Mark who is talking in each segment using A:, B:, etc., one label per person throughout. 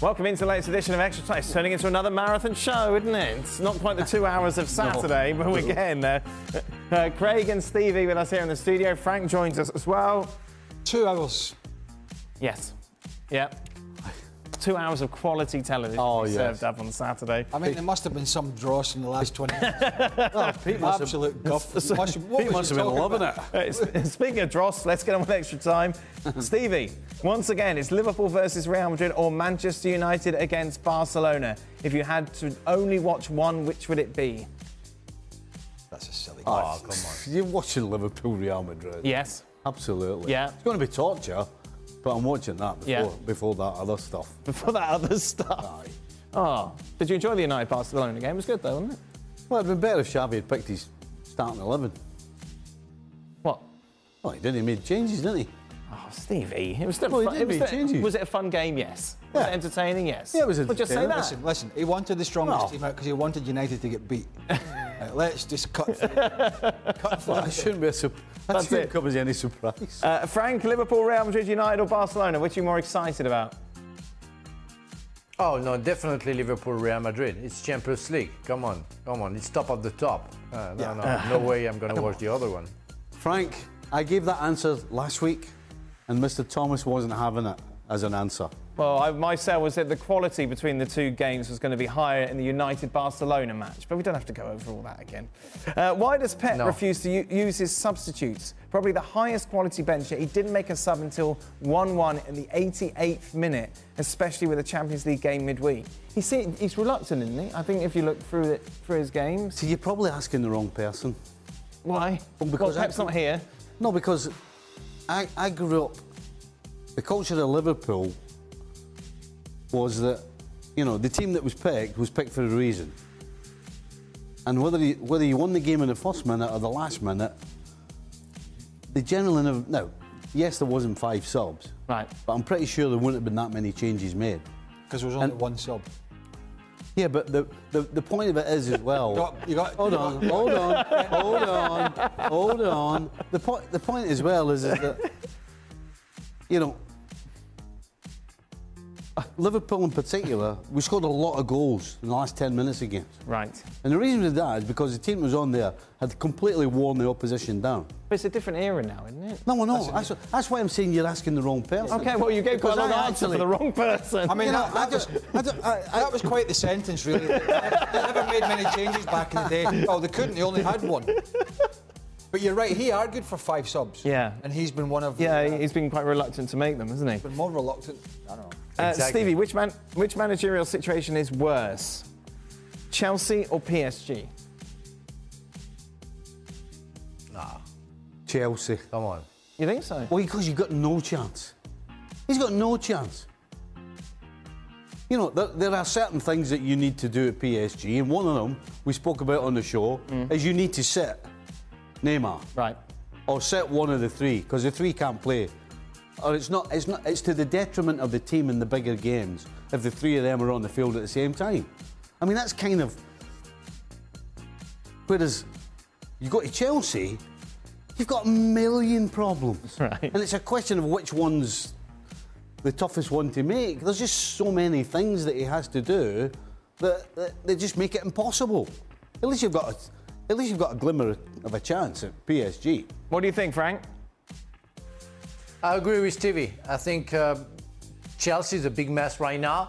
A: Welcome into the latest edition of Extra Time. It's turning into another marathon show, isn't it? It's not quite the two hours of Saturday, but we're getting there. Uh, Craig and Stevie with us here in the studio. Frank joins us as well.
B: Two hours.
A: Yes. Yep. Two hours of quality television
C: Oh,
A: we
C: yes.
A: served up on Saturday.
B: I mean, there must have been some dross in the last 20 minutes. oh, Pete
C: must have-
B: Absolute guff.
C: So-
B: Must- what
C: Pete
B: was
C: must
B: he
C: have been
B: talking
C: loving
B: about?
C: it.
A: Uh, s- speaking of dross, let's get on with extra time. Stevie, once again, it's Liverpool versus Real Madrid or Manchester United against Barcelona. If you had to only watch one, which would it be?
B: That's a silly
C: Oh,
B: question.
C: come on. You're watching Liverpool Real Madrid.
A: Yes.
C: Absolutely.
A: Yeah.
C: It's going to be torture, but I'm watching that before,
A: Yeah.
C: before that other stuff.
A: Before that other stuff. Oh, did you enjoy the United Barcelona game? It was good though, wasn't it?
C: Well, it'd been better if Xavi had picked his starting 11.
A: What?
C: Well, he didn't. He made changes, didn't he?
A: Oh, Stevie, it was still.
C: Well, he
A: fun.
C: did
A: it was,
C: make
A: still-
C: changes.
A: was it a fun game? Yes. Was
C: Yeah.
A: it entertaining? Yes.
C: Yeah, it was
A: Well, just say
C: entertaining.
A: that.
B: Listen, listen, he wanted the strongest
C: No.
B: team out because he wanted United to get beat. Right, let's just cut through. cut through.
C: That shouldn't be a surprise. That
A: That's
C: shouldn't
A: it.
C: come as any surprise.
A: Uh, Frank, Liverpool, Real Madrid, United, or Barcelona? Which are you more excited about?
D: Oh no, definitely Liverpool, Real Madrid. It's Champions League. Come on, come on. It's top of the top. Uh, no, no, no way. I'm gonna watch the other one.
C: Frank, I gave that answer last week, and Mr. Thomas wasn't having it as an answer.
A: Well, I, my sale was that the quality between the two games was going to be higher in the United Barcelona match, but we don't have to go over all that again. Uh, why does Pep
D: No.
A: refuse to u- use his substitutes? Probably the highest quality bench, yet he didn't make a sub until 1 1 in the 88th minute, especially with a Champions League game midweek. He see, he's reluctant, isn't he? I think if you look through, it, through his games.
C: See, you're probably asking the wrong person.
A: Why?
C: Well, because
A: Pep's
C: I-
A: not here.
C: No, because I, I grew up, the culture of Liverpool was that, you know, the team that was picked was picked for a reason. And whether you, whether you won the game in the first minute or the last minute, they generally never. No, yes, there wasn't five subs.
A: Right.
C: But I'm pretty sure there wouldn't have been that many changes made.
B: Because there was only one sub.
C: Yeah, but the, the, the point of it is as well.
B: Got- you got-
C: hold
B: you
C: on, hold on, hold on, hold on. The point the point as well is, is that you know Liverpool in particular, we scored a lot of goals in the last ten minutes again.
A: Right.
C: And the reason for that is because the team that was on there had completely worn the opposition down.
A: But it's a different era now, isn't it?
C: No, no, that's, that's, why I'm saying you're asking the wrong person.
A: Okay, well, you gave quite a
C: Because
A: long
C: I
A: answer for
C: actually-
A: the wrong person.
B: I mean,
C: You know,
B: that,
C: I
B: that,
C: just-
B: was, that was quite the sentence, really. they never made many changes back in the day. Oh, they couldn't, they only had one. But you're right, he argued for five subs.
A: Yeah.
B: And he's been one of the,
A: yeah,
B: uh,
A: he's been quite reluctant to make them, hasn't he?
B: been more reluctant. I don't know.
A: Uh,
D: Exactly.
A: Stevie, which man, which managerial situation is worse, Chelsea or PSG?
C: Chelsea.
D: Come on.
A: You think so?
C: Well, because you've got no chance. He's got no chance. You know, there, there are certain things that you need to do at PSG, and one of them we spoke about on the show is you need to set Neymar
A: Right.
C: or set one of the three because the three can't play, or it's not. It's not. It's to the detriment of the team in the bigger games if the three of them are on the field at the same time. I mean, that's kind of. Whereas, you go to Chelsea, you've got a million problems,
A: Right.
C: and it's a question of which one's the toughest one to make. There's just so many things that he has to do that, that they just make it impossible. At least you've got a, at least you've got a glimmer of a chance at PSG.
A: What do you think, Frank?
D: I agree with Stevie. I think uh, Chelsea is a big mess right now,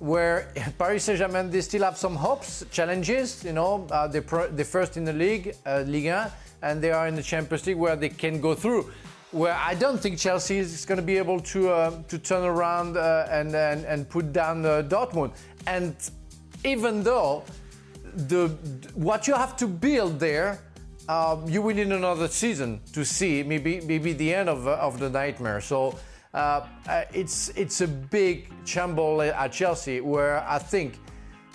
D: where Paris Saint-Germain they still have some hopes, challenges. You know, uh, they pro- they're first in the league, uh, Ligue 1, and they are in the Champions League where they can go through. Where I don't think Chelsea is going to be able to uh, to turn around uh, and, and and put down uh, Dortmund. And even though the what you have to build there. Um, you will need another season to see maybe maybe the end of, uh, of the nightmare. So uh, uh, it's it's a big shamble at Chelsea where I think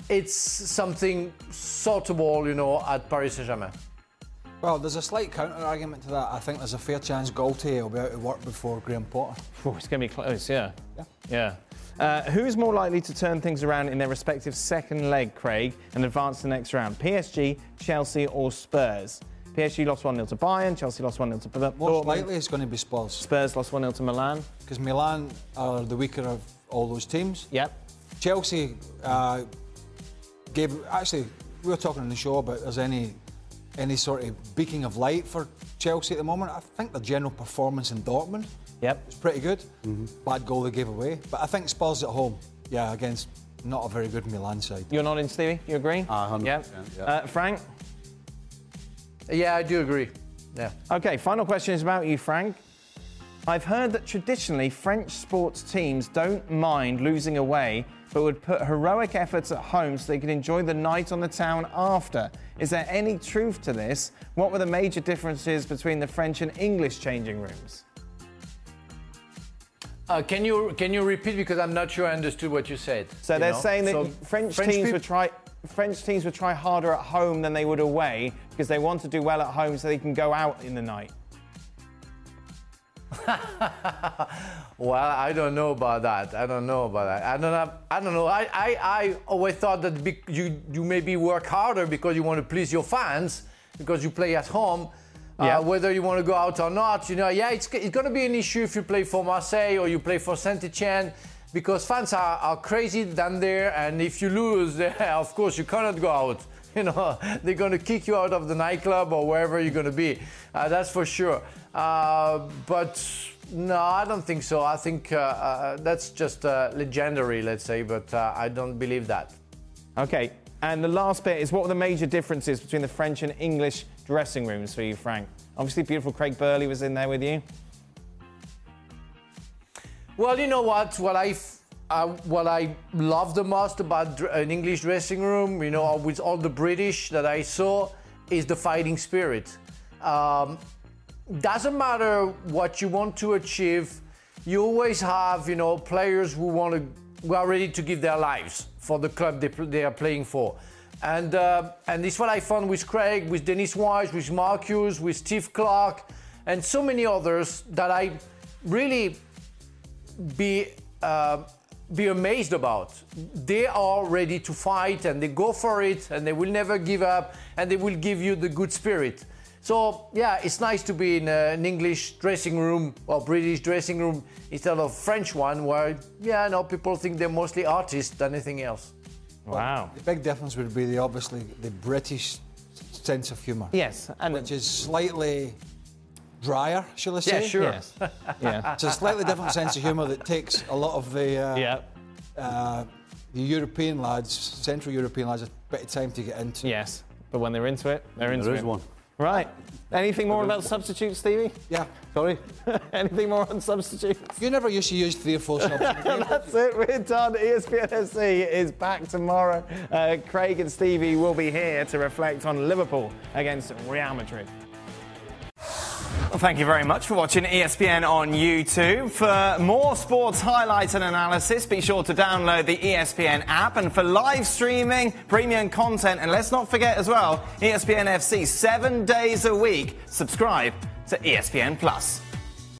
D: it's something sortable, you know, at Paris Saint-Germain.
B: Well, there's a slight counter argument to that. I think there's a fair chance Gaultier will be out of work before Graham Potter.
A: Oh, it's going to be close. Yeah. Yeah. Uh, who's more likely to turn things around in their respective second leg, Craig, and advance to the next round? PSG, Chelsea, or Spurs? PSG lost 1 0 to Bayern, Chelsea lost 1 0 to Dortmund.
B: Most likely it's going to be Spurs
A: Spurs lost 1 0 to Milan.
B: because Milan are the weaker of all those teams.
A: Yep.
B: Chelsea uh, gave actually we were talking on the show about there's any any sort of beacon of light for Chelsea at the moment. I think their general performance in Dortmund
A: Yep.
B: was pretty good. Bad goal they gave away, but I think Spurs at home, yeah, against not a very good Milan side.
A: You're not in, Stevie? You agree?
C: Ah, 100%,
A: Yep.
C: yeah.
A: Uh, Frank?
D: Yeah, I do agree. Yeah.
A: Okay, final question is about you, Frank. I've heard that traditionally French sports teams don't mind losing away, but would put heroic efforts at home so they can enjoy the night on the town after. Is there any truth to this? What were the major differences between the French and English changing rooms?
D: Uh, can you can you repeat because I'm not sure I understood what you said.
A: So
D: you
A: they're
D: know?
A: saying that
D: So
A: French, teams
D: peop-
A: would try French teams would try harder at home than they would away because they want to do well at home so they can go out in the night.
D: Well, I don't know about that. I don't know about that. I don't have, I don't know. I, I, I always thought that bec- you you maybe work harder because you want to please your fans because you play at home. Uh,
A: Yeah.
D: Whether you want to go out or not, you know, yeah, it's, it's going to be an issue if you play for Marseille or you play for Saint-Etienne because fans are, are crazy down there and if you lose, of course, you cannot go out. You know, they're going to kick you out of the nightclub or wherever you're going to be. Uh, that's for sure. Uh, but no, I don't think so. I think uh, uh, that's just uh, legendary, let's say, but uh, I don't believe that.
A: Okay, and the last bit is what were the major differences between the French and English dressing rooms for you, Frank? Obviously, beautiful Craig Burley was in there with you.
D: Well, you know what? What I, f- uh, what I love the most about dr- an English dressing room, you know, with all the British that I saw, is the fighting spirit. Um, doesn't matter what you want to achieve, you always have, you know, players who want to, who are ready to give their lives for the club they, pl- they are playing for. And uh, and this is what I found with Craig, with Dennis Wise, with Mark Hughes, with Steve Clark, and so many others that I really be uh, be amazed about. They are ready to fight and they go for it and they will never give up and they will give you the good spirit. So yeah, it's nice to be in uh, an English dressing room or British dressing room instead of French one where yeah, no people think they're mostly artists than anything else.
A: Wow.
B: The big difference would be the obviously the British sense of humour.
A: Yes, and
B: Which is slightly drier, shall I say?
D: Yeah, sure.
A: yes, yeah,
B: It's a slightly different sense of humour that takes a lot of the uh,
A: yeah,
B: uh, the European lads, Central European lads, a bit of time to get into.
A: yes. But when they're into it, they're into
C: There is
A: it.
C: one.
A: Right. Anything more about substitutes, Stevie?
B: Yeah.
C: Sorry?
A: Anything more on substitutes?
B: You never used to use three or four subs.
A: That's it, we're done. E ESPN FC is back tomorrow. Uh, Craig and Stevie will be here to reflect on Liverpool against Real Madrid. Well, thank you very much for watching E ESPN on YouTube. For more sports highlights and analysis, be sure to download the E ESPN app. And for live streaming, premium content, and let's not forget as E E well, ESPN FC seven days a week. Subscribe to ESPN Plus.